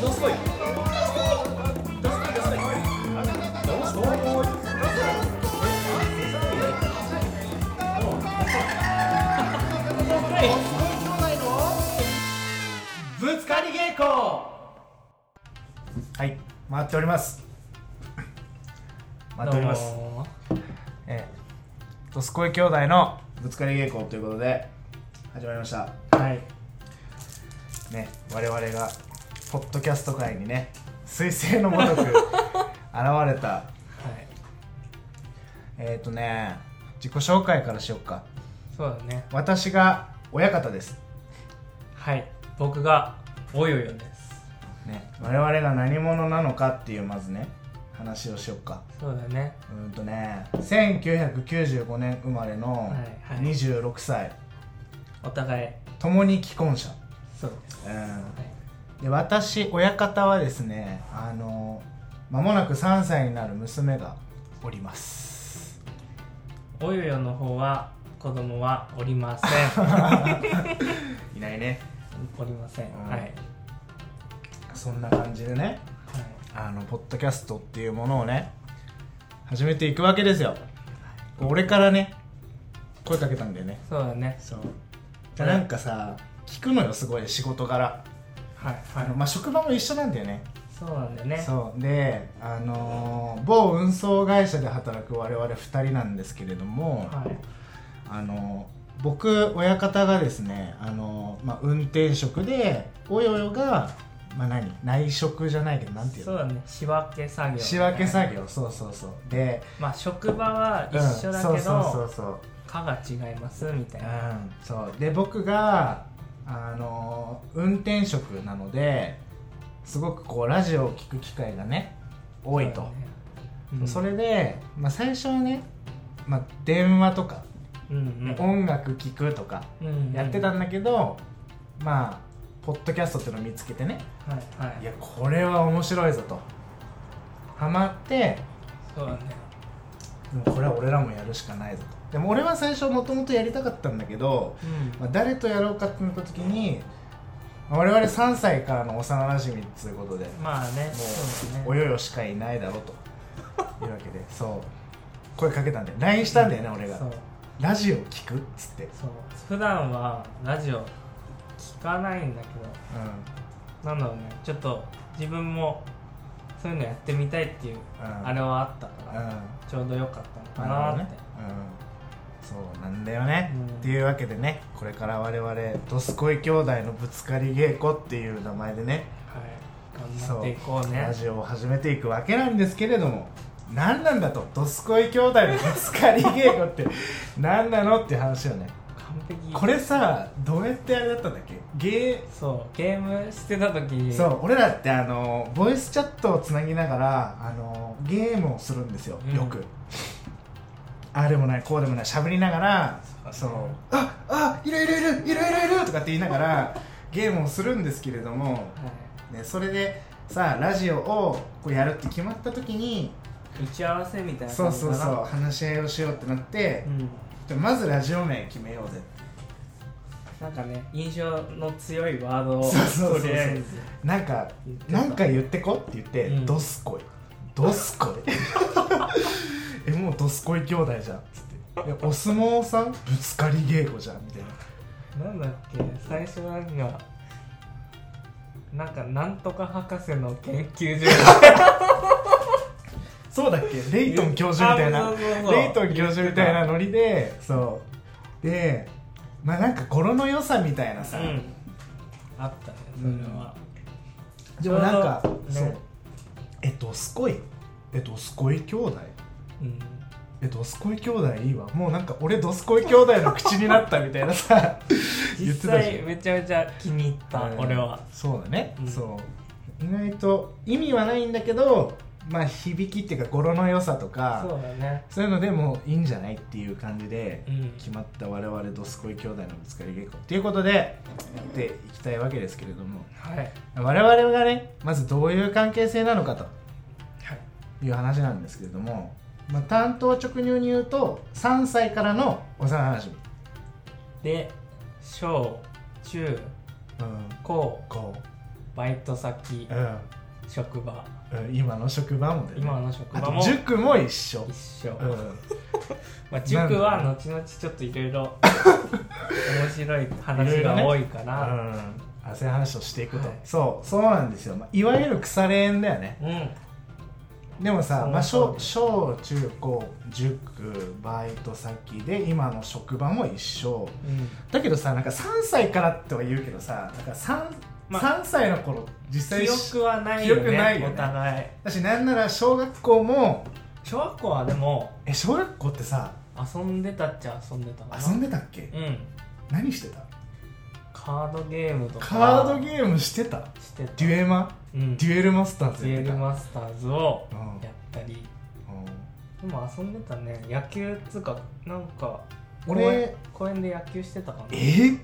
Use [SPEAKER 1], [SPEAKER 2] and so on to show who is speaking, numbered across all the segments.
[SPEAKER 1] Dostoj! Dostoj, dostoj! Dostoj! Dostoj! ぶつかり稽古
[SPEAKER 2] はい回っております回っております、えー、ドスコイ兄弟のぶつかり稽古ということで始まりました
[SPEAKER 1] はい
[SPEAKER 2] ね我々がポッドキャスト界にね彗星のご とく現れた
[SPEAKER 1] はい
[SPEAKER 2] えっ、ー、とね自己紹介からしよっか
[SPEAKER 1] そうだね
[SPEAKER 2] 私が親方です
[SPEAKER 1] はい僕がおよよです
[SPEAKER 2] ね我々が何者なのかっていうまずね話をしよっか
[SPEAKER 1] そうだね
[SPEAKER 2] うーんとね1995年生まれ
[SPEAKER 1] は
[SPEAKER 2] の
[SPEAKER 1] いはい
[SPEAKER 2] 26歳、
[SPEAKER 1] お互い
[SPEAKER 2] 共に既婚者、
[SPEAKER 1] そうです
[SPEAKER 2] うん
[SPEAKER 1] はい
[SPEAKER 2] で私親方はですねあの間もなく3歳になる娘がおります
[SPEAKER 1] およよの方は子供はおりません
[SPEAKER 2] いないね
[SPEAKER 1] おりません
[SPEAKER 2] うん
[SPEAKER 1] はいはい
[SPEAKER 2] そんな感じでねあのポッドキャストっていうものをね始めていくわけですよ俺からね声かけたんだよね
[SPEAKER 1] そうだね
[SPEAKER 2] そうなんかさ聞くのよすごい仕事柄
[SPEAKER 1] はい
[SPEAKER 2] あの、まあ、職場も一緒なんだよね
[SPEAKER 1] そうなんだよね
[SPEAKER 2] そうであのー某運送会社で働く我々2人なんですけれども、
[SPEAKER 1] はい
[SPEAKER 2] あのー僕親方がですねあのー、まあ、運転職でおよよが、まあ、何内職じゃないけどなんていう
[SPEAKER 1] そう
[SPEAKER 2] の
[SPEAKER 1] だね仕分け作業
[SPEAKER 2] 仕分け
[SPEAKER 1] 業
[SPEAKER 2] 作業そうそうそうで、
[SPEAKER 1] まあ職場は
[SPEAKER 2] うん
[SPEAKER 1] 一緒だけ
[SPEAKER 2] そうそう
[SPEAKER 1] ど
[SPEAKER 2] そうそう
[SPEAKER 1] 科が違いますみたいな
[SPEAKER 2] うん、そうで僕があの運転職なのですごくこうラジオを聞く機会がね多いと
[SPEAKER 1] そうだね
[SPEAKER 2] そうそれで、まあ、最初はね、まあ、電話とか、
[SPEAKER 1] うんうん
[SPEAKER 2] 音楽聴くとか
[SPEAKER 1] うん
[SPEAKER 2] やってたんだけど、まあポッドキャストっていうのを見つけてね
[SPEAKER 1] はいはい
[SPEAKER 2] いやこれは面白いぞとハマって
[SPEAKER 1] そうだね
[SPEAKER 2] でもこれは俺らもやるしかないぞとでも俺は最初もともとやりたかったんだけど
[SPEAKER 1] うん
[SPEAKER 2] まあ、誰とやろうかってなった時にまあ我々3歳からの幼馴染みっつうことで、
[SPEAKER 1] まあね
[SPEAKER 2] も
[SPEAKER 1] そう
[SPEAKER 2] うお
[SPEAKER 1] だね
[SPEAKER 2] よよしかいないだろうというわけで そう声かけたんで LINE したんだよね、俺
[SPEAKER 1] そ
[SPEAKER 2] が
[SPEAKER 1] う
[SPEAKER 2] ラジオ聞くっつって、うん、
[SPEAKER 1] そう普段はラジオ聞かないんだけどなんだろうねちょっと自分もそういうのやってみたいっていう、
[SPEAKER 2] うん
[SPEAKER 1] あれはあったか
[SPEAKER 2] う
[SPEAKER 1] ら、
[SPEAKER 2] ん
[SPEAKER 1] ちょうどよかったのか
[SPEAKER 2] なる
[SPEAKER 1] なっ
[SPEAKER 2] ほど
[SPEAKER 1] て、
[SPEAKER 2] ね、うん、そうなんだよね、
[SPEAKER 1] うん
[SPEAKER 2] っていうわけでねこれから我々「どすこい兄弟のぶつかり稽古」っていう名前でね
[SPEAKER 1] はい頑
[SPEAKER 2] そ
[SPEAKER 1] 張っていこうね
[SPEAKER 2] ラジオを始めていくわけなんですけれども何なんだと「どすこい兄弟のぶつかり稽古」って何なのっていう話よね
[SPEAKER 1] 完璧
[SPEAKER 2] これさどうやってあれだったんだっけゲ
[SPEAKER 1] そうゲームしてた時
[SPEAKER 2] ー
[SPEAKER 1] に
[SPEAKER 2] そう俺らってあのボイスチャットをつなぎながらあのゲームをするんですよ
[SPEAKER 1] うん
[SPEAKER 2] よく、ああでもないこうでもないしゃべりながらそう「ああいるいるいるいるいるいる」とかって言いながらゲームをするんですけれども
[SPEAKER 1] は
[SPEAKER 2] ね、それでさあラジオをこうやるって決まった時に
[SPEAKER 1] い、打ち合わせみたいな
[SPEAKER 2] そう
[SPEAKER 1] 感じ
[SPEAKER 2] そ
[SPEAKER 1] か
[SPEAKER 2] う
[SPEAKER 1] な
[SPEAKER 2] そう話し合いをしようってなって
[SPEAKER 1] う、ん、
[SPEAKER 2] でまずラジオ名決めようぜ
[SPEAKER 1] なんかね印象の強いワードを
[SPEAKER 2] そうそうそう
[SPEAKER 1] とりあえず
[SPEAKER 2] なんか
[SPEAKER 1] 言ってた
[SPEAKER 2] なんか言ってこって言って「
[SPEAKER 1] うん
[SPEAKER 2] ドスコイ」「ドスコイ」 えもうドスコイ兄弟じゃん」つってえ「お相撲さんぶつかり稽古じゃん」みたい
[SPEAKER 1] な
[SPEAKER 2] な
[SPEAKER 1] んだっけ最初なんかなんかなんとか博士の研究所
[SPEAKER 2] そうだっけレイトン教授みたいな
[SPEAKER 1] あそうそうそう
[SPEAKER 2] レイトン教授みたいなノリでそうでまあなんか語呂の良さみたいなさ、
[SPEAKER 1] うんあったねそれは、
[SPEAKER 2] でもなんか
[SPEAKER 1] ちょう、どね
[SPEAKER 2] そうえどすこいえどすこい兄弟
[SPEAKER 1] うん
[SPEAKER 2] えどすこい兄弟いいわもうなんか俺どすこい兄弟の口になったみたいなさ言って
[SPEAKER 1] 実
[SPEAKER 2] たじゃん
[SPEAKER 1] 際めちゃめちゃ気に入った、
[SPEAKER 2] うん
[SPEAKER 1] 俺は
[SPEAKER 2] そうだね、
[SPEAKER 1] うん
[SPEAKER 2] そう意外と意味はないんだけどまあ響きっていうか語呂の良さとか
[SPEAKER 1] そうだね
[SPEAKER 2] そういうのでもういいんじゃないっていう感じで
[SPEAKER 1] うん
[SPEAKER 2] 決まった我々どすこい兄弟のぶつかり稽古っていうことでやっていきたいわけですけれども
[SPEAKER 1] はいはい
[SPEAKER 2] 我々がねまずどういう関係性なのかという話なんですけれども、まあ、担当直入に言うと3歳からの幼馴染
[SPEAKER 1] で小中
[SPEAKER 2] うん
[SPEAKER 1] 高
[SPEAKER 2] こ
[SPEAKER 1] バイト先職場
[SPEAKER 2] うんうん、今の職場もだよね
[SPEAKER 1] 今の職
[SPEAKER 2] あ
[SPEAKER 1] 場
[SPEAKER 2] と
[SPEAKER 1] も
[SPEAKER 2] 塾も一緒
[SPEAKER 1] 一緒、
[SPEAKER 2] うん
[SPEAKER 1] まあ、塾は後々ちょっといろい ろ面白い話が多いか
[SPEAKER 2] う
[SPEAKER 1] ら
[SPEAKER 2] ん、あそういう話をしていくと、
[SPEAKER 1] はい
[SPEAKER 2] そうそうなんですよ、まあ、いわゆる腐れ縁だよねでも
[SPEAKER 1] そ
[SPEAKER 2] さ、
[SPEAKER 1] う
[SPEAKER 2] まあ、
[SPEAKER 1] そう
[SPEAKER 2] 小小中高塾バイト先で今の職場も一緒
[SPEAKER 1] うん、うん、
[SPEAKER 2] だけどさなんか3歳からっては言うけどさだから 3,、
[SPEAKER 1] まあ
[SPEAKER 2] 3歳の頃実際
[SPEAKER 1] 記
[SPEAKER 2] し
[SPEAKER 1] 憶はないよね
[SPEAKER 2] 記憶ないよね
[SPEAKER 1] お互い
[SPEAKER 2] だしなんなら小学校も
[SPEAKER 1] 小学校はでも
[SPEAKER 2] え小学校ってさ
[SPEAKER 1] 遊んでたっちゃ遊んでたかな
[SPEAKER 2] 遊んでたっけ、
[SPEAKER 1] うん
[SPEAKER 2] 何してた
[SPEAKER 1] カードゲームとか
[SPEAKER 2] カードゲームしてた
[SPEAKER 1] してた
[SPEAKER 2] デュエマ
[SPEAKER 1] うん
[SPEAKER 2] デュエルマスターズ
[SPEAKER 1] デュ
[SPEAKER 2] や
[SPEAKER 1] エ
[SPEAKER 2] って
[SPEAKER 1] ル
[SPEAKER 2] た
[SPEAKER 1] マスターズを
[SPEAKER 2] うん
[SPEAKER 1] やったり
[SPEAKER 2] うん
[SPEAKER 1] でも遊んでたね野球っつうかなんか
[SPEAKER 2] 俺
[SPEAKER 1] 公園公園で野球してたかな
[SPEAKER 2] え
[SPEAKER 1] キャ
[SPEAKER 2] ー、
[SPEAKER 1] ッ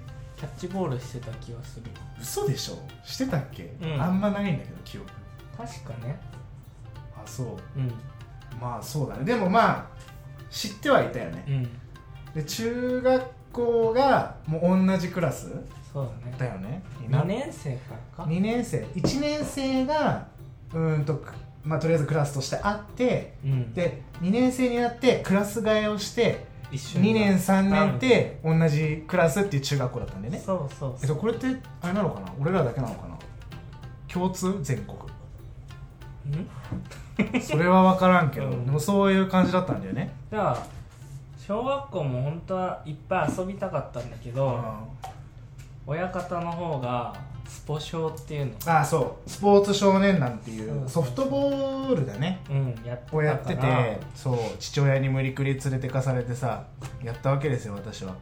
[SPEAKER 1] チボールしてた気がする
[SPEAKER 2] 嘘でしょしてたっけ、
[SPEAKER 1] うん
[SPEAKER 2] あんまないんだけど記憶
[SPEAKER 1] 確かね
[SPEAKER 2] あそう
[SPEAKER 1] うん
[SPEAKER 2] まあそうだねでもまあ知ってはいたよね、
[SPEAKER 1] うん
[SPEAKER 2] で中学校がもう同じクラス
[SPEAKER 1] そうだ
[SPEAKER 2] だ
[SPEAKER 1] ね
[SPEAKER 2] よね
[SPEAKER 1] 2年生からか
[SPEAKER 2] 2年生1年生がうーんとくまあとりあえずクラスとしてあって
[SPEAKER 1] うん
[SPEAKER 2] で2年生になってクラス替えをして
[SPEAKER 1] 一緒に
[SPEAKER 2] 2年3年って同じクラスっていう中学校だったんでね
[SPEAKER 1] そうそう
[SPEAKER 2] えっ
[SPEAKER 1] そ
[SPEAKER 2] と
[SPEAKER 1] う
[SPEAKER 2] これってあれなのかな俺らだけなのかな共通全国
[SPEAKER 1] うん
[SPEAKER 2] それは分からんけど、
[SPEAKER 1] うん
[SPEAKER 2] でもそういう感じだったんだよね
[SPEAKER 1] じゃあ小学校も本当はいっぱい遊びたかったんだけど、親方の方がスポ少っていうの
[SPEAKER 2] ああそうスポーツ少年団っていう
[SPEAKER 1] そ
[SPEAKER 2] ソ
[SPEAKER 1] うそうそう
[SPEAKER 2] フトボールだね
[SPEAKER 1] うんやってたか
[SPEAKER 2] を
[SPEAKER 1] ら
[SPEAKER 2] やっててそう父親に無理くり連れてかされてさやったわけですよ私は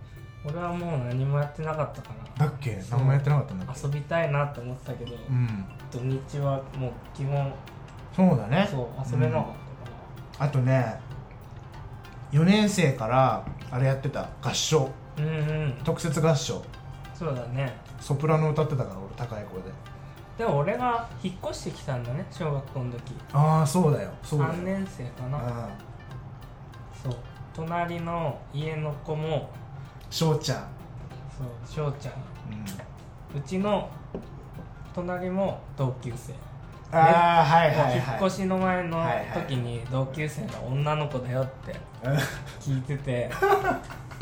[SPEAKER 1] 俺はもう何もやってなかったから
[SPEAKER 2] だっけ
[SPEAKER 1] そう
[SPEAKER 2] 何もやってなかったんだっけ
[SPEAKER 1] 遊びたいなと思ってたけど、
[SPEAKER 2] うん
[SPEAKER 1] 土日はもう基本
[SPEAKER 2] そうだね
[SPEAKER 1] そう遊べなか
[SPEAKER 2] あとね4年生からあれやってた合唱
[SPEAKER 1] ったからうんうん、
[SPEAKER 2] 特設合唱
[SPEAKER 1] そうだね
[SPEAKER 2] ソプラノ歌ってたから俺高い声で
[SPEAKER 1] でも俺が引っ越してきたんだね小学校の時
[SPEAKER 2] ああそうだよそうだよ
[SPEAKER 1] 3年生か
[SPEAKER 2] う
[SPEAKER 1] な、
[SPEAKER 2] ん
[SPEAKER 1] そう隣の家の子も
[SPEAKER 2] 翔ちゃん、
[SPEAKER 1] そう翔ちゃん
[SPEAKER 2] うん、
[SPEAKER 1] うちの隣も同級生、
[SPEAKER 2] ああはいはいはい
[SPEAKER 1] 引っ越しの前の
[SPEAKER 2] はいはい
[SPEAKER 1] 時に同級生が女の子だよって聞いて て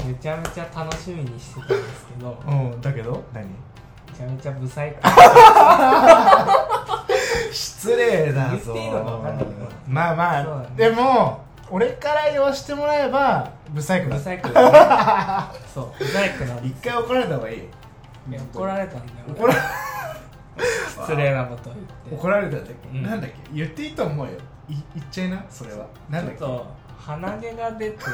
[SPEAKER 1] めちゃめちゃ楽しみにしてたんですけど
[SPEAKER 2] うんだけど何
[SPEAKER 1] めちゃめちゃブサイク
[SPEAKER 2] 失礼だぞ
[SPEAKER 1] 言っていいのか分かんないけど
[SPEAKER 2] まあま
[SPEAKER 1] そう
[SPEAKER 2] あ、
[SPEAKER 1] だね
[SPEAKER 2] でも俺から言わしてもらえばブサイクだ
[SPEAKER 1] ブサイクだねそうブサイクなん
[SPEAKER 2] 一
[SPEAKER 1] です
[SPEAKER 2] 回怒られた方がいいよ
[SPEAKER 1] いや怒られたんだよ
[SPEAKER 2] 怒 ら
[SPEAKER 1] 失礼なことを言って
[SPEAKER 2] 怒られたんだっけ、
[SPEAKER 1] うん
[SPEAKER 2] なんだっけ言っていいと思うよい言っちゃいなそれはなんだっ
[SPEAKER 1] ち
[SPEAKER 2] け
[SPEAKER 1] ょっと鼻毛が出てて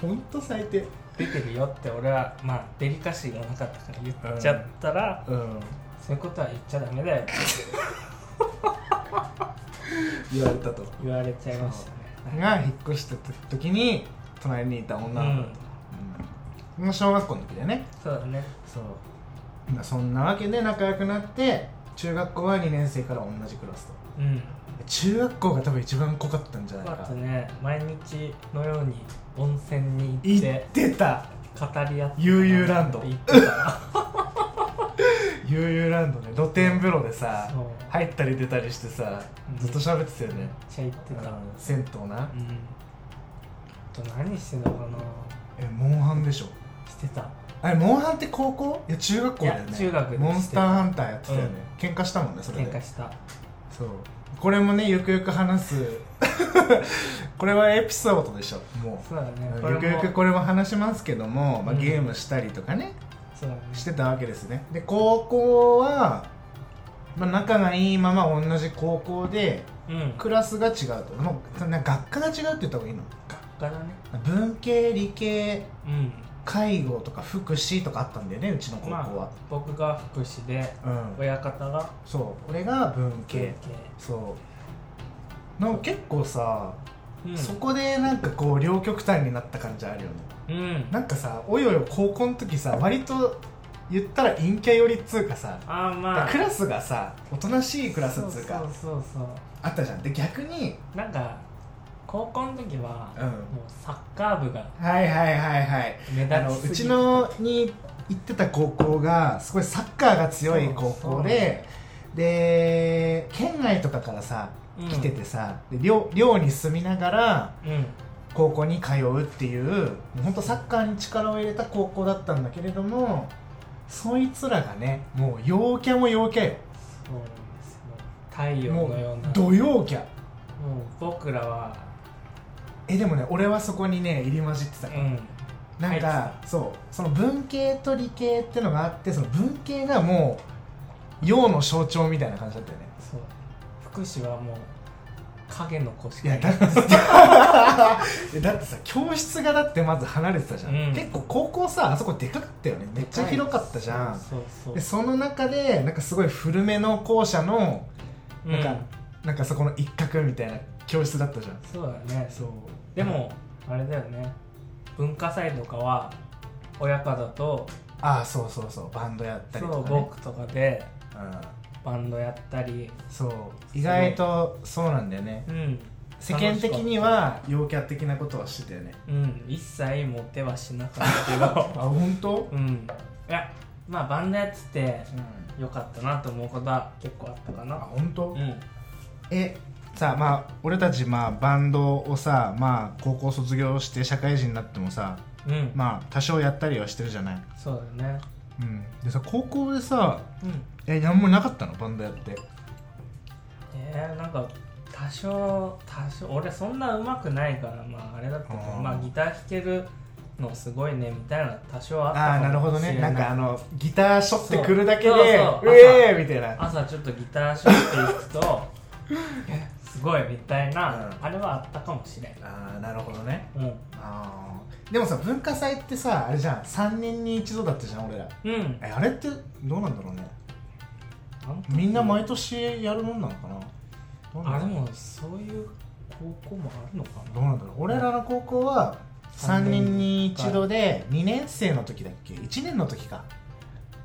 [SPEAKER 2] ほんと最低
[SPEAKER 1] 出てるよって俺はまあデリカシーがなかったから言っちゃったら、
[SPEAKER 2] うん
[SPEAKER 1] そういうことは言っちゃダメだよって
[SPEAKER 2] 言われたと
[SPEAKER 1] 言われちゃいましたね
[SPEAKER 2] が引っ越した時に隣にいた女の子と、うん小学校の時だよね
[SPEAKER 1] そうだね
[SPEAKER 2] そうまあそんなわけで仲良くなって中学校は2年生から同じクラスと
[SPEAKER 1] うん
[SPEAKER 2] 中学校が多分一番濃かったんじゃない
[SPEAKER 1] そうだっ
[SPEAKER 2] か
[SPEAKER 1] たね毎日のように温泉に行
[SPEAKER 2] 行
[SPEAKER 1] っ
[SPEAKER 2] っててた
[SPEAKER 1] 語り合って
[SPEAKER 2] 悠々ランド
[SPEAKER 1] 行ってた
[SPEAKER 2] 悠々ランドね露天風呂でさ
[SPEAKER 1] そう
[SPEAKER 2] 入ったり出たりしてさ
[SPEAKER 1] うん
[SPEAKER 2] ずっと喋ってたよね、
[SPEAKER 1] めっちゃ行ってた
[SPEAKER 2] あ
[SPEAKER 1] う
[SPEAKER 2] の
[SPEAKER 1] ん
[SPEAKER 2] 銭湯な、
[SPEAKER 1] あと何してたかな
[SPEAKER 2] えモンハンでしょ
[SPEAKER 1] してた
[SPEAKER 2] あれモンハンって高校いや中学校だよ
[SPEAKER 1] い
[SPEAKER 2] ね
[SPEAKER 1] や中学で
[SPEAKER 2] モンスターハンターやってたよね、喧嘩したもんねそれ
[SPEAKER 1] 喧
[SPEAKER 2] で
[SPEAKER 1] 嘩した
[SPEAKER 2] そうこれもねゆくゆく話す これはエピソードでしょもう
[SPEAKER 1] そうだね
[SPEAKER 2] ゆくゆく
[SPEAKER 1] こ
[SPEAKER 2] これも話しますけども、まあ、
[SPEAKER 1] うん
[SPEAKER 2] ゲームしたりとかね、
[SPEAKER 1] そうだね
[SPEAKER 2] してたわけですねで高校は、まあ、仲がいいまま同じ高校で
[SPEAKER 1] うん
[SPEAKER 2] クラスが違うともうそんな学科が違うって言った方がいいの
[SPEAKER 1] 学科だね
[SPEAKER 2] 文系理系
[SPEAKER 1] うん
[SPEAKER 2] 介護とか福祉とかあったんだよねうちの高校は、
[SPEAKER 1] 僕が福祉で
[SPEAKER 2] うん
[SPEAKER 1] 親方が
[SPEAKER 2] そう俺が文系
[SPEAKER 1] 経
[SPEAKER 2] そうなんか結構さ、
[SPEAKER 1] うん
[SPEAKER 2] そこでなんかこう両極端になった感じあるよね
[SPEAKER 1] うん
[SPEAKER 2] なんかさおいおい高校の時さ割と言ったら陰キャ寄りっつうかさ
[SPEAKER 1] ああまあ
[SPEAKER 2] クラスがさおとなしいクラスっつうか
[SPEAKER 1] そうそうそうそう
[SPEAKER 2] あったじゃんで逆に
[SPEAKER 1] なんか高校の時は、
[SPEAKER 2] うん
[SPEAKER 1] もうサッカー部が
[SPEAKER 2] はいはいはいはい
[SPEAKER 1] 目
[SPEAKER 2] あの
[SPEAKER 1] 立
[SPEAKER 2] う
[SPEAKER 1] ちす
[SPEAKER 2] ち
[SPEAKER 1] ぎて
[SPEAKER 2] のに行ってた高校がすごいサッカーが強い高校でで県外とかからさ
[SPEAKER 1] うん
[SPEAKER 2] 来ててさ、で寮寮に住みながら
[SPEAKER 1] うん
[SPEAKER 2] 高校に通うっていう本当サッカーに力を入れた高校だったんだけれどもそいつらがねもう陽キャも陽キャよ
[SPEAKER 1] そうなんですよ太陽
[SPEAKER 2] も
[SPEAKER 1] のような
[SPEAKER 2] う土陽キャ
[SPEAKER 1] もう僕らは
[SPEAKER 2] えでもね俺はそこにね入り混じってた
[SPEAKER 1] う、ん
[SPEAKER 2] なんか、
[SPEAKER 1] は
[SPEAKER 2] そうその文系と理系ってのがあってその文系がもう陽の象徴みたいな感じだったよね
[SPEAKER 1] そう福祉はもう影の子し
[SPEAKER 2] い
[SPEAKER 1] か
[SPEAKER 2] やだってさえだってさ 教室がだってまず離れてたじゃん、
[SPEAKER 1] うん
[SPEAKER 2] 結構高校さあそこでかかったよねめっちゃ広かったじゃん
[SPEAKER 1] そうそう
[SPEAKER 2] でその中でなんかすごい古めの校舎の
[SPEAKER 1] う
[SPEAKER 2] なんか、なんかそこの一角みたいな教室だったじゃん
[SPEAKER 1] そうだね
[SPEAKER 2] そう
[SPEAKER 1] でもあれだよね文化祭とかは親方と
[SPEAKER 2] ああそうそうそうバンドやったり
[SPEAKER 1] そ
[SPEAKER 2] と
[SPEAKER 1] う
[SPEAKER 2] か、ね、
[SPEAKER 1] 僕とかで
[SPEAKER 2] うん
[SPEAKER 1] バンドやったり
[SPEAKER 2] そう意外とそうなんだよね
[SPEAKER 1] うん
[SPEAKER 2] 世間的には陽キャ的なことはしてたよね
[SPEAKER 1] うん一切モテはしなかった
[SPEAKER 2] あ本当
[SPEAKER 1] けどうんいやまあバンドやっててよかったなと思うことは結構あったか
[SPEAKER 2] あ
[SPEAKER 1] な
[SPEAKER 2] 本当、
[SPEAKER 1] うん
[SPEAKER 2] えさあまあ俺たちまあバンドをさまあ高校卒業して社会人になってもさ
[SPEAKER 1] うん、
[SPEAKER 2] まあ多少やったりはしてるじゃない
[SPEAKER 1] そうだね
[SPEAKER 2] うんでさ高校でさ
[SPEAKER 1] うん
[SPEAKER 2] え何もなかったのバンドやって
[SPEAKER 1] えー、なんか多少多少俺そんな上手くないからまああれだったけど
[SPEAKER 2] あー
[SPEAKER 1] まあギター弾けるのすごいねみたいな多少あった
[SPEAKER 2] ああーなる
[SPEAKER 1] か
[SPEAKER 2] ほ
[SPEAKER 1] も
[SPEAKER 2] ど
[SPEAKER 1] し
[SPEAKER 2] ね
[SPEAKER 1] れ
[SPEAKER 2] なんかあのギターしょってくるだけでう
[SPEAKER 1] そうそうそう
[SPEAKER 2] えーみたいな
[SPEAKER 1] 朝ちょっとギターショップ行くとえすごいみたいな、
[SPEAKER 2] うん
[SPEAKER 1] あれはあったかもしれん
[SPEAKER 2] ああなるほどね
[SPEAKER 1] うん
[SPEAKER 2] あーでもさ文化祭ってさあれじゃん3年に一度だったじゃん俺ら
[SPEAKER 1] うん
[SPEAKER 2] えあれってどうなんだろうね
[SPEAKER 1] なんか
[SPEAKER 2] みんな毎年やるもんなのかなどうな
[SPEAKER 1] あ
[SPEAKER 2] ん
[SPEAKER 1] で
[SPEAKER 2] だろう
[SPEAKER 1] もそういう高校もあるのか
[SPEAKER 2] どうなんだろう俺らの高校は3年に一度で2年生の時だっけ1年の時か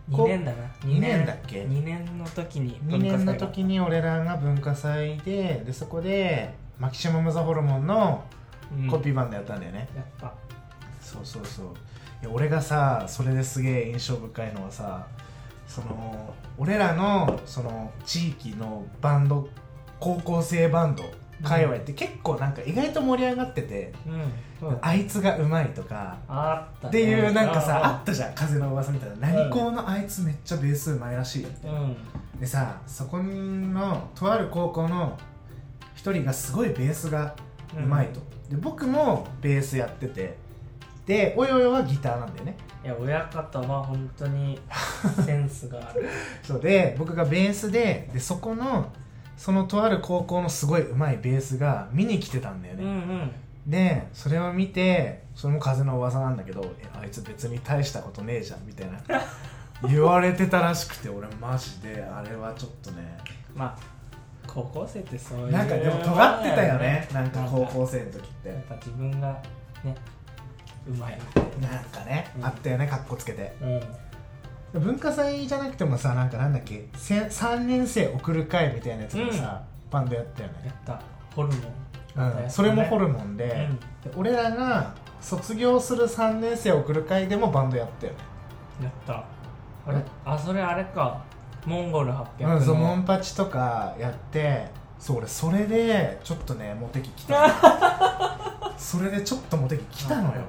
[SPEAKER 1] な
[SPEAKER 2] こ
[SPEAKER 1] 2年だな
[SPEAKER 2] 二年だっけ
[SPEAKER 1] 2年の時に
[SPEAKER 2] 2年
[SPEAKER 1] 文
[SPEAKER 2] の
[SPEAKER 1] 化祭
[SPEAKER 2] 時に俺らが文化祭ででそこでマキシマム・ザ・ホルモンの
[SPEAKER 1] が
[SPEAKER 2] コピーバンドやったんだよね、
[SPEAKER 1] うんやった
[SPEAKER 2] そうそうそういや俺がさそれですげえ印象深いのはさその俺らのその地域のバンド高校生バンド界隈って結構なんか意外と盛り上がってて、
[SPEAKER 1] うんそう
[SPEAKER 2] あいつがうまいとか
[SPEAKER 1] あった、
[SPEAKER 2] っ
[SPEAKER 1] ね、
[SPEAKER 2] ていうなんか
[SPEAKER 1] あ
[SPEAKER 2] さ
[SPEAKER 1] ー
[SPEAKER 2] あったじゃん風の噂みたいな何校のあいつめっちゃベースうまいらしいよ
[SPEAKER 1] うん
[SPEAKER 2] でさそこのとある高校の一人がすごいベースがうまいと、で僕もベースやっててでおよよはギターなんだよね
[SPEAKER 1] いや親方は本当にセンスがある
[SPEAKER 2] そうで僕がベースででそこのそのとある高校のすごいうまいベースが見に来てたんだよ
[SPEAKER 1] うん
[SPEAKER 2] ね、
[SPEAKER 1] うん
[SPEAKER 2] でそれを見てそれも風の噂なんだけど「えあいつ別に大したことねえじゃん」みたい な言われてたらしくて俺マジであれはちょっとね
[SPEAKER 1] まあ高校生ってそういう
[SPEAKER 2] なんかでも尖ってたよねなんか高校生の時っ
[SPEAKER 1] やってぱ自分がねうまい
[SPEAKER 2] なんかね
[SPEAKER 1] うん
[SPEAKER 2] あったよねかっこつけて
[SPEAKER 1] うん
[SPEAKER 2] 文化祭じゃなくてもさなんかなんだっけせ3年生送る会みたいなやつでさ、バンドやったよ
[SPEAKER 1] や
[SPEAKER 2] ね、
[SPEAKER 1] ったホルモンやった
[SPEAKER 2] う
[SPEAKER 1] や
[SPEAKER 2] ん、
[SPEAKER 1] つ
[SPEAKER 2] それもホ
[SPEAKER 1] ね
[SPEAKER 2] ルモンで,、
[SPEAKER 1] うん
[SPEAKER 2] で俺らが卒業する3年生送る会でもバンドやったよね
[SPEAKER 1] やったあれあそれあれかモンゴル800
[SPEAKER 2] うん、そうモ
[SPEAKER 1] の
[SPEAKER 2] ンパチとかやってそう俺それでちょっとねモテ期来た のそれでちょっとモテ期来たのよ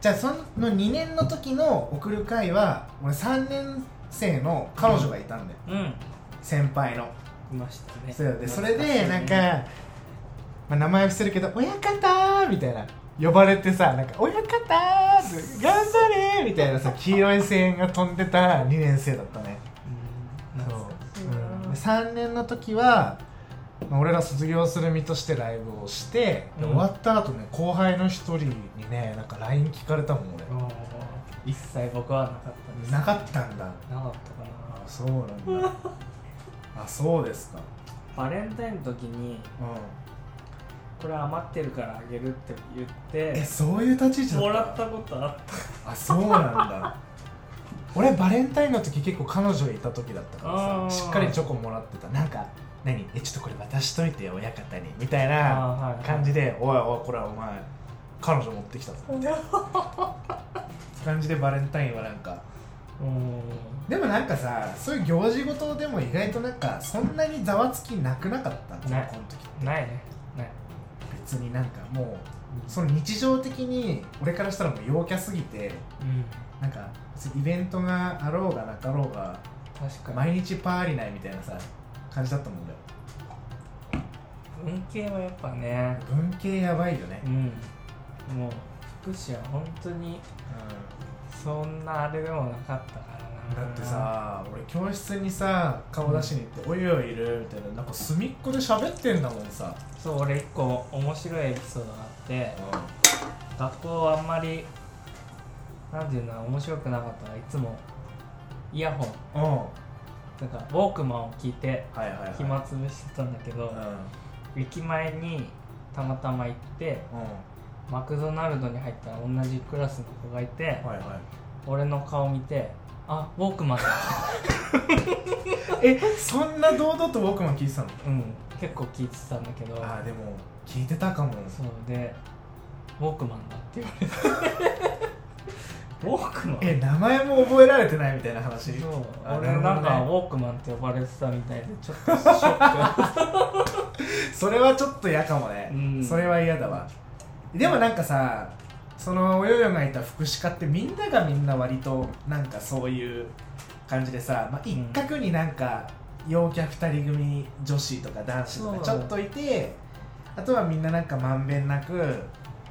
[SPEAKER 2] じゃあその2年の時の送る会は俺3年生の彼女がいたんだよ、
[SPEAKER 1] うん
[SPEAKER 2] 先輩の
[SPEAKER 1] いましたね
[SPEAKER 2] そうでそれでなん
[SPEAKER 1] 懐
[SPEAKER 2] か、
[SPEAKER 1] しいね
[SPEAKER 2] まあ、名前伏せるけど「親方」みたいな呼ばれてさ「なんか親方」って「頑張れ」みたいな さ黄色い声援が飛んでた2年生だったね
[SPEAKER 1] うん
[SPEAKER 2] そう
[SPEAKER 1] 懐かしい
[SPEAKER 2] うん、
[SPEAKER 1] な
[SPEAKER 2] で3年の時は、まあ、俺ら卒業する身としてライブをして、で
[SPEAKER 1] うん
[SPEAKER 2] 終わった後ね後輩の一人にねなんか LINE 聞かれたもん俺、
[SPEAKER 1] もう一切僕はなかったです
[SPEAKER 2] なかったん
[SPEAKER 1] な
[SPEAKER 2] だ
[SPEAKER 1] かったかな
[SPEAKER 2] あそうなん だあそうですか
[SPEAKER 1] バレンタインの時に
[SPEAKER 2] うん
[SPEAKER 1] これ余ってるからあげるって言って
[SPEAKER 2] えそういう立ち位置だ
[SPEAKER 1] もらったことあっ
[SPEAKER 2] あそうなんだ俺バレンタインの時結構彼女いた時だったから
[SPEAKER 1] あー
[SPEAKER 2] さしっかりチョコもらってたなんか何えちょっとこれ渡しといてよ親方にみたい
[SPEAKER 1] た
[SPEAKER 2] な
[SPEAKER 1] あーはい
[SPEAKER 2] 感じで「おいおいこれはお前彼女持ってきたぞ」みたいな感じでバレンタインはなんか
[SPEAKER 1] うん
[SPEAKER 2] でもなんかさそういう行事ごとでも意外となんかそんなにざわつきなくなかった高
[SPEAKER 1] ない
[SPEAKER 2] 校の時って
[SPEAKER 1] ないねない
[SPEAKER 2] 別になんかもうその日常的に俺からしたらもう陽キャすぎて
[SPEAKER 1] うん
[SPEAKER 2] なんか別にイベントがあろうがなかろうが
[SPEAKER 1] 確かに
[SPEAKER 2] 毎日パーリないみたいなさ感じだったもんだよ
[SPEAKER 1] 文系はやっぱね
[SPEAKER 2] 文系やばいよね
[SPEAKER 1] う、んもう福祉は本当にそんなあれでもなかったから
[SPEAKER 2] だ
[SPEAKER 1] な
[SPEAKER 2] ってさ俺教室にさ顔出しに行って「おいおいいる」みたいななんか隅っこで喋ってんだもんさ、
[SPEAKER 1] そう俺一個面白いエピソードがあって学校あんまりなんていうの面白くなかったからいつもイヤホン
[SPEAKER 2] うんは
[SPEAKER 1] なんかウォークマンを聞いて
[SPEAKER 2] いはいはい
[SPEAKER 1] 暇つぶしてたんだけ
[SPEAKER 2] う
[SPEAKER 1] ど
[SPEAKER 2] ん、
[SPEAKER 1] 駅前にたまたま行って
[SPEAKER 2] う
[SPEAKER 1] マクドナルドに入ったら同じクラスの子がいて
[SPEAKER 2] んはいはい
[SPEAKER 1] 俺の顔見てあウォークマンだ
[SPEAKER 2] えそんな堂々と僕も聞いてたの
[SPEAKER 1] うん結構聞いてたんだけど
[SPEAKER 2] ああでも聞いてたかも
[SPEAKER 1] そうでウォークマンだって言われてウォークマン
[SPEAKER 2] え名前も覚えられてないみたいな話
[SPEAKER 1] そう
[SPEAKER 2] あ
[SPEAKER 1] 俺なん
[SPEAKER 2] な
[SPEAKER 1] か
[SPEAKER 2] る
[SPEAKER 1] ウ
[SPEAKER 2] ほ
[SPEAKER 1] ォークマンって呼ばれてたみたいでちょっとショッ
[SPEAKER 2] それはちょっと嫌かもね、
[SPEAKER 1] うん
[SPEAKER 2] それは嫌だわでもなんかさそのおよよがいた福祉課ってみんながみんな割となんかそういう感じでさ、まあ、一角になんか陽キャ2人組女子とか男子とかち
[SPEAKER 1] そ
[SPEAKER 2] ょ
[SPEAKER 1] う
[SPEAKER 2] っといてあとはみんななんかまんべんなく
[SPEAKER 1] ク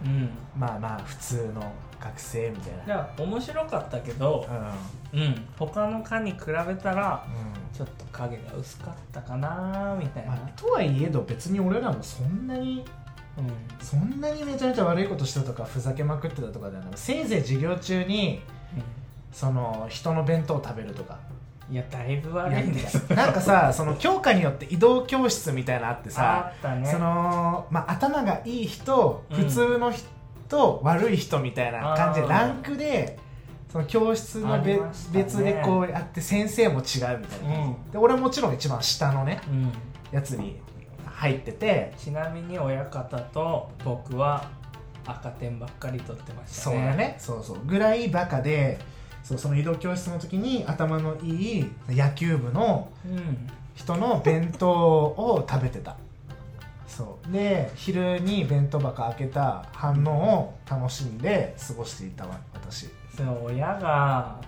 [SPEAKER 1] うん
[SPEAKER 2] まあまあ普通の学生みたい
[SPEAKER 1] いや面白かったけど
[SPEAKER 2] な
[SPEAKER 1] うん他の科に比べたら
[SPEAKER 2] うん、うん
[SPEAKER 1] ちょっと影が薄かったかなーみたいな、
[SPEAKER 2] まあ、とはいえど別に俺らもそんなに
[SPEAKER 1] うん
[SPEAKER 2] そんなにめちゃめちゃ悪いことしたとかふざけまくってたとかではなくせいぜい授業中にその人の弁当を食べるとか
[SPEAKER 1] うんいやだいぶ悪
[SPEAKER 2] やっ
[SPEAKER 1] いん
[SPEAKER 2] て
[SPEAKER 1] です
[SPEAKER 2] たなんかさその教科によって移動教室みたいなのあって
[SPEAKER 1] あ
[SPEAKER 2] さ
[SPEAKER 1] ったね
[SPEAKER 2] その、まあ、頭がいい人
[SPEAKER 1] うん
[SPEAKER 2] 普通の人、悪い人みたいな感じで
[SPEAKER 1] あー
[SPEAKER 2] ランクでその教室のべ
[SPEAKER 1] ありましたね
[SPEAKER 2] 別でこうやって先生も違うみたいな感じ、
[SPEAKER 1] う
[SPEAKER 2] で俺もちろん一番下のね
[SPEAKER 1] うん、
[SPEAKER 2] やつに入ってて
[SPEAKER 1] ちなみに親方と僕は赤点ばっかり取ってました
[SPEAKER 2] そう
[SPEAKER 1] ね
[SPEAKER 2] だねそうそうぐらいバカでそうその移動教室の時に頭のいい野球部の
[SPEAKER 1] うん
[SPEAKER 2] 人の弁当を食べてたそうで昼に弁当箱開けた反応を楽しんで過ごしていたわ私
[SPEAKER 1] その親が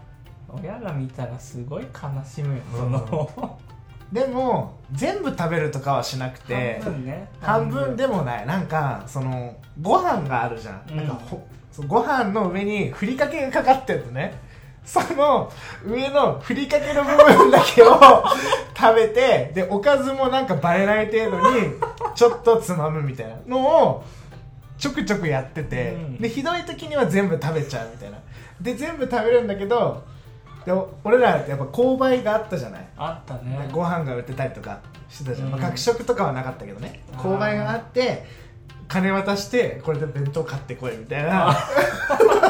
[SPEAKER 1] 親が見たらすごい悲しむよその、
[SPEAKER 2] でも全部食べるとかはしなくて
[SPEAKER 1] 半分ね
[SPEAKER 2] 半分でもないなんかそのご飯があるじゃん,、
[SPEAKER 1] うん
[SPEAKER 2] なんかほそうご飯の上にふりかけがかかってるのね その上のふりかけの部分だけを 食べてでおかずもなんかバレない程度にちょっとつまむみたいなのをちょくちょくやってて、
[SPEAKER 1] うん
[SPEAKER 2] でひどい時には全部食べちゃうみたいなで全部食べるんだけどで俺らやっぱ勾配があったじゃない
[SPEAKER 1] あったね
[SPEAKER 2] ご飯が売ってたりとかしてたじゃん、まあ
[SPEAKER 1] うん
[SPEAKER 2] 学食とかはなかったけどね
[SPEAKER 1] あー
[SPEAKER 2] 購買があって金渡してこれで弁当買ってこいみたいな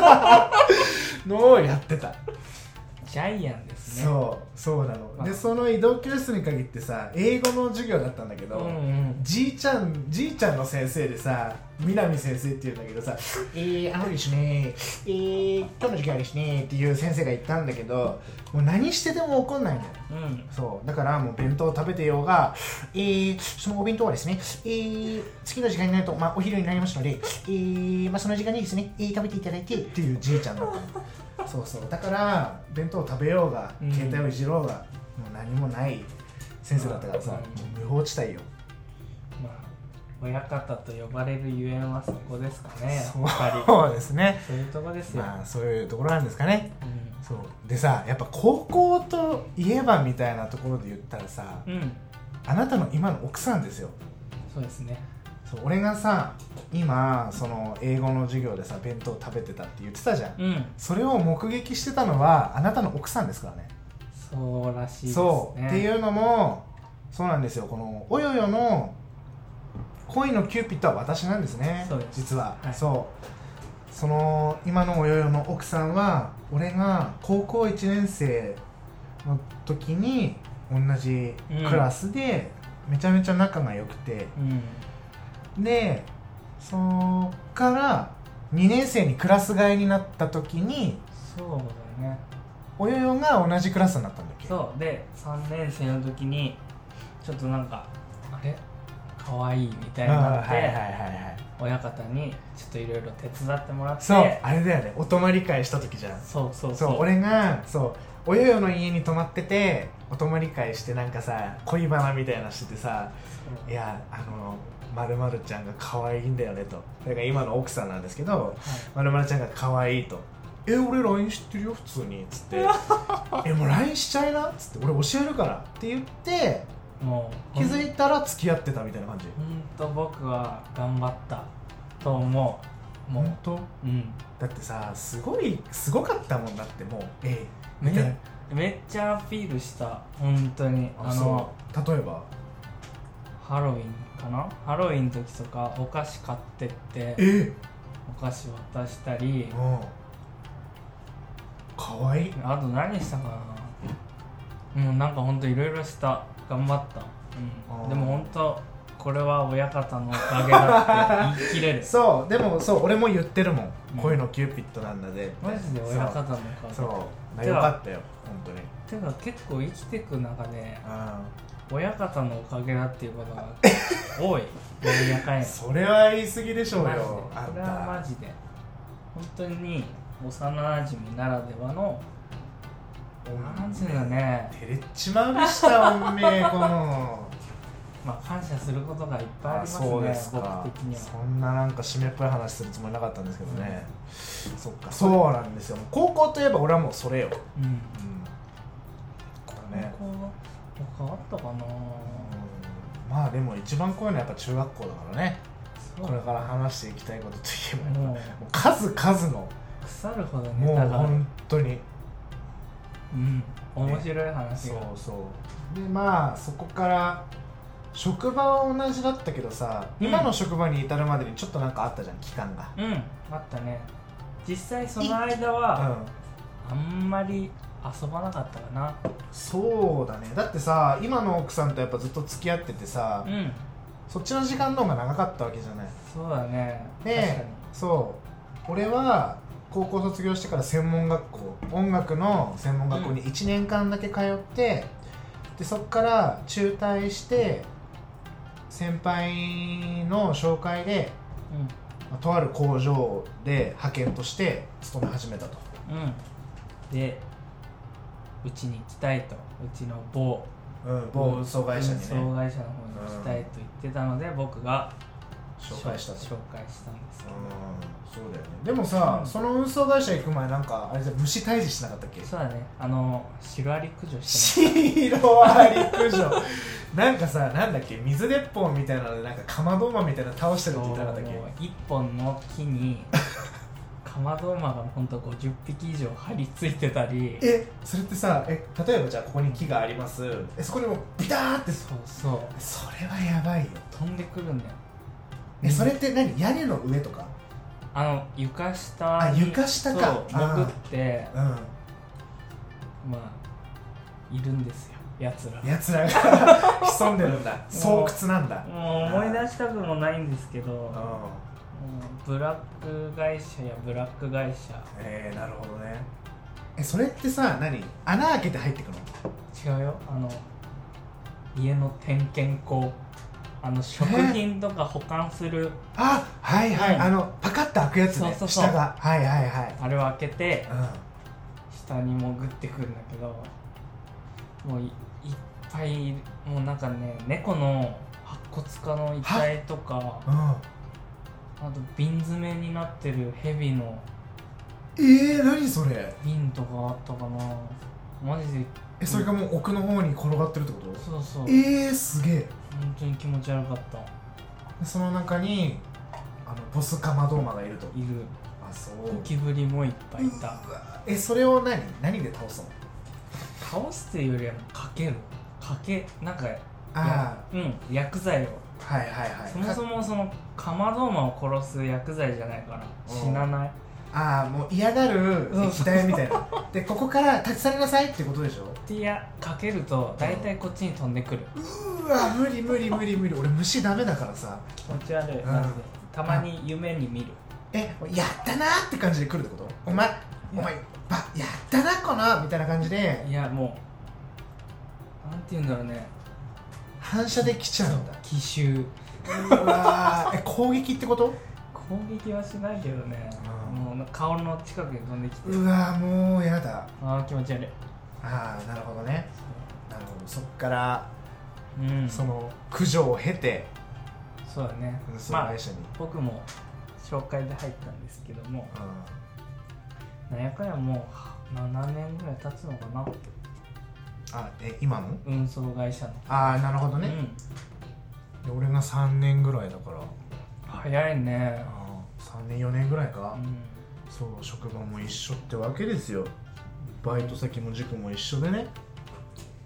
[SPEAKER 2] のをやってた、
[SPEAKER 1] ジャイアンですね
[SPEAKER 2] そうそうなの
[SPEAKER 1] まあ
[SPEAKER 2] でその移動教室に限ってさ英語の授業だったんだけど、
[SPEAKER 1] うんうん
[SPEAKER 2] じいちゃんじいちゃんの先生でさ南先生っていうんだけどさ「えー、あるしねえー、今日の授業あるしね」っていう先生がいたんだけどもう何してでも怒んないんだよ
[SPEAKER 1] うん
[SPEAKER 2] そうだからもう弁当を食べてようが、えー、そのお弁当はですね、えー、次の時間になると、まあ、お昼になりますので、えーまあ、その時間にですね、えー食べていただいてっていうじいちゃんだったのそうそうだから弁当を食べようが
[SPEAKER 1] うん
[SPEAKER 2] 携帯をいじろうが、もう何もない先生だったからさ、
[SPEAKER 1] うん
[SPEAKER 2] もう無法地帯よ
[SPEAKER 1] まあ親方と呼ばれるゆえんはそこですかねやっぱり
[SPEAKER 2] そうですね
[SPEAKER 1] そういうとこですよ、
[SPEAKER 2] まあそういうところなんですかね
[SPEAKER 1] う
[SPEAKER 2] そうでさやっぱ高校といえばみたいなところで言ったらさ
[SPEAKER 1] ん、うん、
[SPEAKER 2] あなたの今の奥さんですよ
[SPEAKER 1] そうですね
[SPEAKER 2] そう俺がさ今その英語の授業でさ弁当食べてたって言ってたじゃん、
[SPEAKER 1] うん
[SPEAKER 2] それを目撃してたのはあなたの奥さんですからね
[SPEAKER 1] そうらしいですね
[SPEAKER 2] そうっていううのもそうなんですよこのおよよの恋のキューピッドは私なんですね
[SPEAKER 1] そうです
[SPEAKER 2] 実は、
[SPEAKER 1] はい
[SPEAKER 2] そうその今のおよよの奥さんは俺が高校1年生の時に同じクラスでめちゃめちゃ仲が良くて、
[SPEAKER 1] ん
[SPEAKER 2] でそっから2年生にクラス替えになった時に
[SPEAKER 1] そうだね
[SPEAKER 2] およよが同じクラスになったんだっけ
[SPEAKER 1] そうで3年生の時にちょっとなんかあれかわいいみたいに
[SPEAKER 2] ん
[SPEAKER 1] な
[SPEAKER 2] は
[SPEAKER 1] って、
[SPEAKER 2] いはいはいはい
[SPEAKER 1] 親方にちょっといろいろ手伝ってもらって
[SPEAKER 2] そうあれだよねお泊まり会した時じゃん
[SPEAKER 1] そうそう
[SPEAKER 2] そ
[SPEAKER 1] そうう
[SPEAKER 2] 俺がそうおよよの家に泊まっててお泊まり会してなんかさ恋バナみたいなしててさ「いやあのまるまるちゃんが可愛いんだよね」とだから今の奥さんなんですけど「まるまるちゃんが可愛いと「え俺 LINE 知ってるよ普通に」っつ って「えもう LINE しちゃいな」っつって「俺教えるから」って言って
[SPEAKER 1] そうもう
[SPEAKER 2] 気づいたら付き合ってたみたいな感じ
[SPEAKER 1] ほんと僕は頑張ったと思うも
[SPEAKER 2] 本当
[SPEAKER 1] ううん
[SPEAKER 2] だってさすごいすごかったもんだってもうええ
[SPEAKER 1] ね
[SPEAKER 2] みたいな
[SPEAKER 1] めっちゃアピールした本当にあ
[SPEAKER 2] あ
[SPEAKER 1] の
[SPEAKER 2] そう例えば
[SPEAKER 1] ハロウィンかなハロウィンの時とかお菓子買ってって
[SPEAKER 2] え
[SPEAKER 1] お菓子渡したり
[SPEAKER 2] うんかわいい
[SPEAKER 1] あと何したかなもうなんかほんといろいろした頑張った、う
[SPEAKER 2] あー
[SPEAKER 1] ん、でもほんとこれは親方のおかげだっ て言い切れる
[SPEAKER 2] そうでもそう俺も言ってるもん、
[SPEAKER 1] うん
[SPEAKER 2] 恋のキューピッドなんだで
[SPEAKER 1] マジで親方のおかげ
[SPEAKER 2] そうそう
[SPEAKER 1] で
[SPEAKER 2] よ
[SPEAKER 1] は
[SPEAKER 2] かったよ本当に
[SPEAKER 1] てか結構生きてく中で
[SPEAKER 2] あ
[SPEAKER 1] 親方のおかげだっていうこと が多い親かい
[SPEAKER 2] あ
[SPEAKER 1] の
[SPEAKER 2] それは言い過ぎでしょう
[SPEAKER 1] マジで
[SPEAKER 2] よあん
[SPEAKER 1] これはマ
[SPEAKER 2] た
[SPEAKER 1] ジで本当に幼馴染ならではのなんていうのね
[SPEAKER 2] 照れちまうでしたおめえこ の
[SPEAKER 1] まあ感謝することがいっぱいありますね
[SPEAKER 2] そうですか
[SPEAKER 1] 僕的には
[SPEAKER 2] そんななんか締めっぽい話するつもりなかったんですけどね、そっかそうなんですよ高校といえば俺はもうそれよ、
[SPEAKER 1] うん
[SPEAKER 2] うん、これね
[SPEAKER 1] 高校は変わったかな
[SPEAKER 2] うんまあでも一番こういうのはやっぱ中学校だからねこれから話していきたいことといえばやっぱも
[SPEAKER 1] もう
[SPEAKER 2] う数々の
[SPEAKER 1] 腐るほど
[SPEAKER 2] も
[SPEAKER 1] ネ
[SPEAKER 2] う
[SPEAKER 1] タがある
[SPEAKER 2] 本当に
[SPEAKER 1] うん面白い話
[SPEAKER 2] そ
[SPEAKER 1] が
[SPEAKER 2] うそうでまあそこから職場は同じだったけどさ、
[SPEAKER 1] うん
[SPEAKER 2] 今の職場に至るまでにちょっとなんかあったじゃん期間が
[SPEAKER 1] うんあったね実際その間は
[SPEAKER 2] うん
[SPEAKER 1] あんまり遊ばなかったかな
[SPEAKER 2] そうだねだってさ今の奥さんとやっぱずっと付き合っててさ、
[SPEAKER 1] うん
[SPEAKER 2] そっちの時間の方が長かったわけじゃない
[SPEAKER 1] そうだね
[SPEAKER 2] でそう俺は高校卒業してから専門学校音楽の専門学校に1年間だけ通って、でそっから中退して先輩の紹介でまあとある工場で派遣として勤め始めたと
[SPEAKER 1] 確かにうんうんでうちに行きたいとうちの某
[SPEAKER 2] うん某運送会社にね、
[SPEAKER 1] 運送会社の方に行きたいと言ってたので僕が
[SPEAKER 2] 紹介したと
[SPEAKER 1] 紹介したんですけど
[SPEAKER 2] うんそうだよねでもさ、
[SPEAKER 1] うん
[SPEAKER 2] その運送会社行く前なんかあれじゃ虫退治しなかったっけ
[SPEAKER 1] そうだねあのシロアリ駆除して
[SPEAKER 2] シロアリ駆除なん かさなんだっけ水鉄砲みたいなのでなんかかまど馬みたいなの倒してるって言ってなかったっけ
[SPEAKER 1] もう一本の木にかまど馬がほんと50匹以上張り付いてたり
[SPEAKER 2] えそれってさえ例えばじゃあここに木がありますえそこにもうビターってそ
[SPEAKER 1] そうそう
[SPEAKER 2] それはやばいよ
[SPEAKER 1] 飛んでくるんだよ
[SPEAKER 2] えそれって何屋根の上とか
[SPEAKER 1] あの床下
[SPEAKER 2] あ床下か
[SPEAKER 1] そう潜って
[SPEAKER 2] う
[SPEAKER 1] まあいるんですよやつら
[SPEAKER 2] んやつらが 潜んでるんだ巣窟なんだ
[SPEAKER 1] もう思い出したくもないんですけど
[SPEAKER 2] うん
[SPEAKER 1] もうブラック会社やブラック会社
[SPEAKER 2] えー、なるほどねえそれってさ何穴開けて入ってくの
[SPEAKER 1] 違うよあの家の点検口あの食品とか保管する
[SPEAKER 2] あはいはい、
[SPEAKER 1] うん
[SPEAKER 2] あのパカッと開くやつね
[SPEAKER 1] そうそうそう
[SPEAKER 2] 下がはいはいはい
[SPEAKER 1] あれを開けて
[SPEAKER 2] う
[SPEAKER 1] 下に潜ってくるんだけどもういいっぱいもうなんかね猫の白骨化の遺体とか
[SPEAKER 2] ん、うん
[SPEAKER 1] あと瓶詰めになってる蛇の
[SPEAKER 2] えー、何それ
[SPEAKER 1] 瓶とかあったかなマジで
[SPEAKER 2] えそれがもう奥の方に転がってるってこと、
[SPEAKER 1] そうそう本
[SPEAKER 2] えー、すげえ
[SPEAKER 1] 当に気持ち悪かった
[SPEAKER 2] その中にあのボスカマドーマがいると
[SPEAKER 1] いる
[SPEAKER 2] あそう
[SPEAKER 1] ゴキブリもいっぱいいた
[SPEAKER 2] うわえそれを何何で倒すの
[SPEAKER 1] 倒すっていうよりはもうかけるかけなんか
[SPEAKER 2] あ
[SPEAKER 1] やうん薬剤を
[SPEAKER 2] あはいはいはい
[SPEAKER 1] そもそ
[SPEAKER 2] か
[SPEAKER 1] もそのカマドーマを殺す薬剤じゃないから
[SPEAKER 2] うん
[SPEAKER 1] 死なない
[SPEAKER 2] ああもう嫌がる
[SPEAKER 1] うん
[SPEAKER 2] 液体みたいなでここから立ち去りなさいってことでしょ
[SPEAKER 1] いやかけると大体こっちに飛んでくる
[SPEAKER 2] うわ無理無理無理無理俺虫ダメだからさ
[SPEAKER 1] 気持ち悪い
[SPEAKER 2] うん
[SPEAKER 1] マジでたまに夢に見る
[SPEAKER 2] えやったなーって感じで来るってことお前お前ばやったなこのみたいな感じで
[SPEAKER 1] いやもうなんて言うんだろうね
[SPEAKER 2] 反射できちゃうんだ
[SPEAKER 1] 奇襲
[SPEAKER 2] うわーえ攻撃ってこと
[SPEAKER 1] 攻撃はしないけどね
[SPEAKER 2] うん
[SPEAKER 1] もう顔の近くに飛んできて
[SPEAKER 2] うわーもうやだ
[SPEAKER 1] ああ気持ち悪い
[SPEAKER 2] ああなるほどねなるほどそっから、
[SPEAKER 1] うん
[SPEAKER 2] その駆除を経て
[SPEAKER 1] そうだね
[SPEAKER 2] 運送
[SPEAKER 1] まあ
[SPEAKER 2] 会社に、
[SPEAKER 1] 僕も紹介で入ったんですけども
[SPEAKER 2] うん
[SPEAKER 1] なんやかんやもう7年ぐらい経つのかな
[SPEAKER 2] あえ今の
[SPEAKER 1] 運送会社の
[SPEAKER 2] ああなるほど
[SPEAKER 1] う
[SPEAKER 2] ね、
[SPEAKER 1] ん
[SPEAKER 2] で俺が3年ぐらいだから
[SPEAKER 1] 早いね
[SPEAKER 2] あ3年4年ぐらいか
[SPEAKER 1] う、ん
[SPEAKER 2] そう職場も一緒ってわけですよバイト先も塾も一緒でね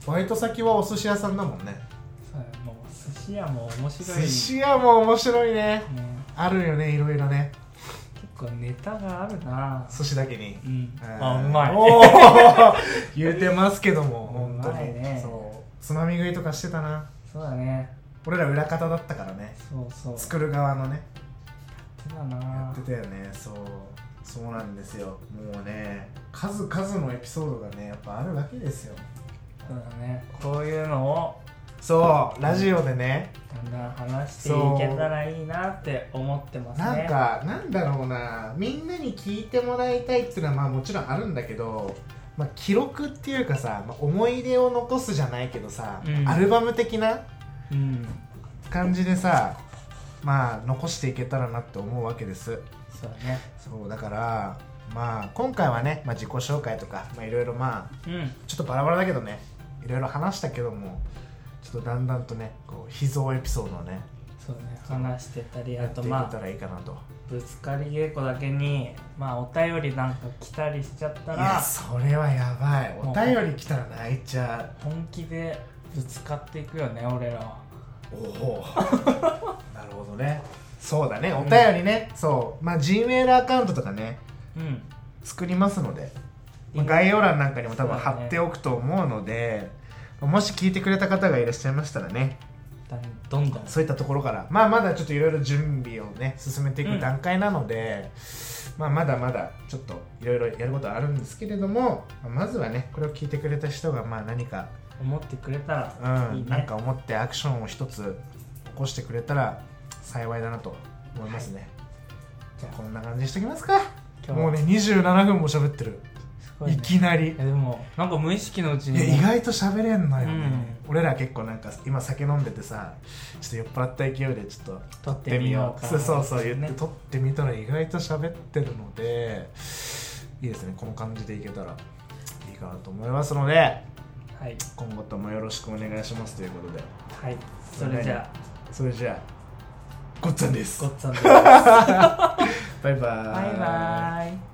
[SPEAKER 2] バイト先はお寿司屋さんだもんね
[SPEAKER 1] そうだねもう寿司屋も面白い
[SPEAKER 2] 寿司屋も面白いね
[SPEAKER 1] ね
[SPEAKER 2] あるよねいろいろね
[SPEAKER 1] 結構ネタがあるな
[SPEAKER 2] 寿司だけに
[SPEAKER 1] うん
[SPEAKER 2] あ
[SPEAKER 1] あうまい
[SPEAKER 2] おー言うてますけども本当
[SPEAKER 1] うまい
[SPEAKER 2] に、
[SPEAKER 1] ね
[SPEAKER 2] そうつまみ食いとかしてたな
[SPEAKER 1] そうだね
[SPEAKER 2] 俺ら裏方だったからね
[SPEAKER 1] そうそう
[SPEAKER 2] 作る側のね
[SPEAKER 1] 手だな
[SPEAKER 2] やってたよねそうそうなんですよもうね数々のエピソードがねやっぱあるわけですよ
[SPEAKER 1] そうだねこういうのを
[SPEAKER 2] そうラジオでね
[SPEAKER 1] だんだん話していけたらいいなって思ってますね
[SPEAKER 2] なんかなんだろうなみんなに聞いてもらいたいっていうのはまあもちろんあるんだけど、まあ、記録っていうかさ、まあ思い出を残すじゃないけどさ、
[SPEAKER 1] うん
[SPEAKER 2] アルバム的な
[SPEAKER 1] うん
[SPEAKER 2] 感じでさまあ残していけたらなって思うわけです
[SPEAKER 1] そうだね
[SPEAKER 2] そうだからまあ今回はね、まあ、自己紹介とかまあいろいろまあ
[SPEAKER 1] うん
[SPEAKER 2] ちょっとバラバラだけどねいろいろ話したけどもちょっとだんだんとねこう秘蔵エピソードをね
[SPEAKER 1] そうね話してたり
[SPEAKER 2] や
[SPEAKER 1] あ
[SPEAKER 2] って
[SPEAKER 1] と
[SPEAKER 2] いけ
[SPEAKER 1] ま
[SPEAKER 2] た
[SPEAKER 1] あ
[SPEAKER 2] らいいかなと、
[SPEAKER 1] ぶつかり稽古だけにまあお便りなんか来たりしちゃった
[SPEAKER 2] いや
[SPEAKER 1] ら
[SPEAKER 2] それはやばいお便り来たら泣いちゃ
[SPEAKER 1] 本気でぶつかっていくよね俺らは
[SPEAKER 2] うおお なるほどねそうだねお便りね、そうまあ Gmail アカウントとかね
[SPEAKER 1] うん
[SPEAKER 2] 作りますので、ま
[SPEAKER 1] いい
[SPEAKER 2] あ
[SPEAKER 1] ね
[SPEAKER 2] 概要欄なんかにも多分
[SPEAKER 1] そうだね
[SPEAKER 2] 貼っておくと思うのでもし聞いてくれた方がいらっしゃいましたらね
[SPEAKER 1] だんどんどん
[SPEAKER 2] そういったところからまあまだちょっといろいろ準備をね進めていく段階なので、まあまだまだちょっといろいろやることはあるんですけれどもまあまずはねこれを聞いてくれた人がまあ何か、
[SPEAKER 1] 思ってくれた
[SPEAKER 2] う
[SPEAKER 1] ら
[SPEAKER 2] ん
[SPEAKER 1] いいね
[SPEAKER 2] なんか思ってアクションを一つ起こしてくれたら幸いだなと思いますね、
[SPEAKER 1] じゃあ
[SPEAKER 2] こんな感じにしときますか
[SPEAKER 1] 今日
[SPEAKER 2] もうね27分も喋ってる、
[SPEAKER 1] すごい,、ね、
[SPEAKER 2] いきなり
[SPEAKER 1] いやでもなんか無意識のうち
[SPEAKER 2] い
[SPEAKER 1] に
[SPEAKER 2] や意外と喋れんのよね、俺ら結構なんか今酒飲んでてさちょっと酔っ払った勢いでちょっ
[SPEAKER 1] 撮
[SPEAKER 2] と
[SPEAKER 1] ってみようか
[SPEAKER 2] そうそうそう言って、
[SPEAKER 1] ね
[SPEAKER 2] 撮ってみたら意外と喋ってるのでいいですねこの感じでいけたらいいかなと思いますので
[SPEAKER 1] はい
[SPEAKER 2] 今後ともよろしくお願いしますということで
[SPEAKER 1] はいそれじゃ
[SPEAKER 2] それじゃあごっつぁんで
[SPEAKER 1] あ
[SPEAKER 2] す
[SPEAKER 1] ごっつぁんです
[SPEAKER 2] バイバー
[SPEAKER 1] バイバーイ